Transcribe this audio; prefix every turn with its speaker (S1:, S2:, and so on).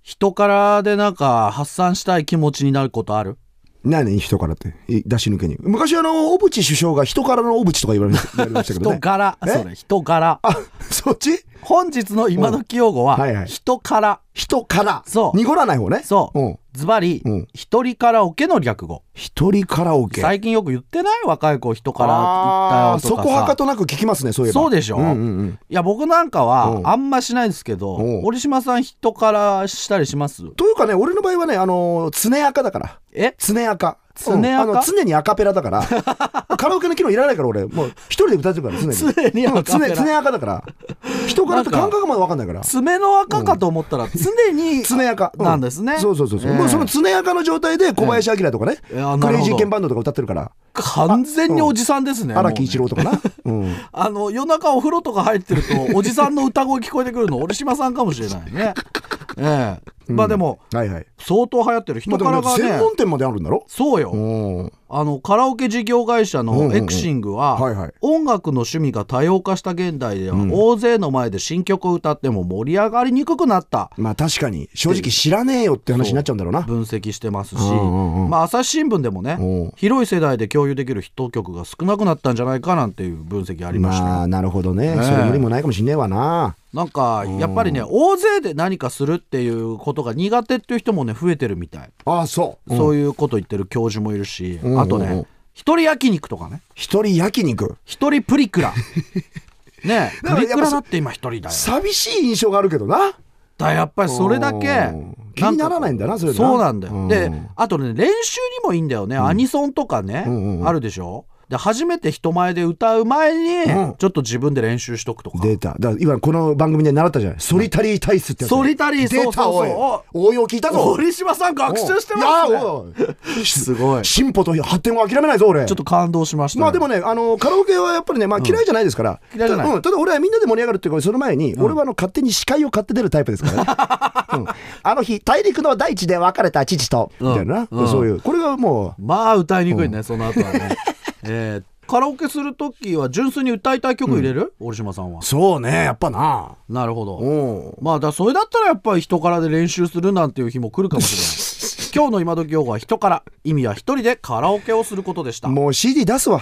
S1: 人からでなんか発散したい気持ちになることある
S2: 何人からってい出し抜けに昔あの小渕首相が人からの小渕とか言われま 言われましたけど
S1: 人
S2: ね
S1: 柄
S2: え
S1: それ人柄
S2: あそっち
S1: 本日の今時用語
S2: うんはいは
S1: はい人から
S2: 人から
S1: そう
S2: 濁らない方ね
S1: そ
S2: うん
S1: うズバリ
S2: うん
S1: 一人カラオケの略語
S2: 一人カラオケ
S1: 最近よく言ってない若い子人から
S2: あ
S1: 行
S2: ー
S1: ったよと
S2: そ
S1: か
S2: こは
S1: さ
S2: かとなく聞きますねそういえば
S1: そうでしょ
S2: うんうんうん
S1: いや僕なんか
S2: うん
S1: はあんましないですけど
S2: うん
S1: 折島さん人からしたりします
S2: というかね俺の場合はねあのー常赤だから
S1: え
S2: 常赤
S1: 常赤
S2: うんあの常にアカペラだから カラオケの機能いらないから俺もう一人で歌ってるから常に
S1: 常にアカペラ
S2: うん常常赤だから人からって
S1: なんか
S2: 感覚まで分かんないから
S1: 爪の赤かと思ったら常に
S2: 常赤、う
S1: なんですね
S2: そうそうそうそう、
S1: ええ
S2: もうその常赤の状態で小林明とかね、
S1: ええあなるほど
S2: クレイジーケンバンドとか歌ってるから
S1: 完全におじさんですね
S2: 荒
S1: もう
S2: 木
S1: ね
S2: 一郎とかな、 うん、
S1: あの夜中お風呂とか入ってるとおじさんの歌声聞こえてく るの俺島さんかもしれないね。ええ、まあでも、
S2: はいはい
S1: 相当流行ってる人
S2: まあで
S1: か
S2: も
S1: ら
S2: ね
S1: がね
S2: 専門店まであるんだろ
S1: そうよ
S2: うん
S1: あのカラオケ事業会社
S2: うんうんう
S1: の
S2: ん
S1: エクシングは
S2: はいはい
S1: 音楽の趣味が多様化した現代では大勢の前で新曲を歌っても盛り上がりにくくなった
S2: まあ確かに正直知らねえよって話になっちゃうんだろうな
S1: 分析してますし、
S2: うんうんうん
S1: まあ、朝日新聞でもね
S2: うん
S1: 広い世代で共有できるヒット曲が少なくなったんじゃないかなんていう分析ありましたよ
S2: まあなるほどね、
S1: ええ
S2: それ無理もないかもしんねえわな
S1: なんかやっぱりね大勢で何かするっていうことが苦手っていう人もね増えてるみたい、
S2: ああそう、
S1: そう
S2: いう
S1: いうこと言ってる教授もいるし、
S2: うん
S1: あと
S2: うんうん
S1: ね一人焼肉とかね
S2: 一人焼肉
S1: 一人プリク ラねえプ
S2: だからやっぱ
S1: リクラだって今一人だよ
S2: 寂しい印象があるけどな
S1: だからやっぱりそれだけ
S2: うん気にならないんだなそれな
S1: そうなんだよ、
S2: うん
S1: であとね練習にもいいんだよね、アニソンとかね、
S2: うんうんうん
S1: あるでしょで初めて人前で歌う前に、
S2: うん
S1: ちょっと自分で練習しとくとか
S2: 出ただから今この番組で習ったじゃないソリタリー体質ってやつね
S1: ソリタリー
S2: 出
S1: そう
S2: た
S1: そう
S2: おい
S1: そう
S2: 応用聞いたぞ
S1: 堀島さん学習してます
S2: い
S1: ね
S2: やおい
S1: すごい
S2: 進歩と発展を諦めないぞ俺
S1: ちょっと感動しました、
S2: まあでもねあのカラオケはやっぱりね、まあ、嫌いじゃないですから、
S1: 嫌いじゃない
S2: たうんただ俺はみんなで盛り上がるっていうかその前に、俺はあの勝手に司会を買って出るタイプですからね、うんあの日大陸の大地で別れた父と、みたいな、
S1: うん
S2: そういうこれがも
S1: まあ歌いにくいね、その後はね、えーカラオケする時は純粋に歌いたい曲入れる、折島さんは
S2: うそうねやっぱな
S1: なるほど、
S2: うん
S1: まあだそれだったらやっぱり人からで練習するなんていう日も来るかもしれない今日の今時用語は人から意味は一人でカラオケをすることでした
S2: もう CD 出すわ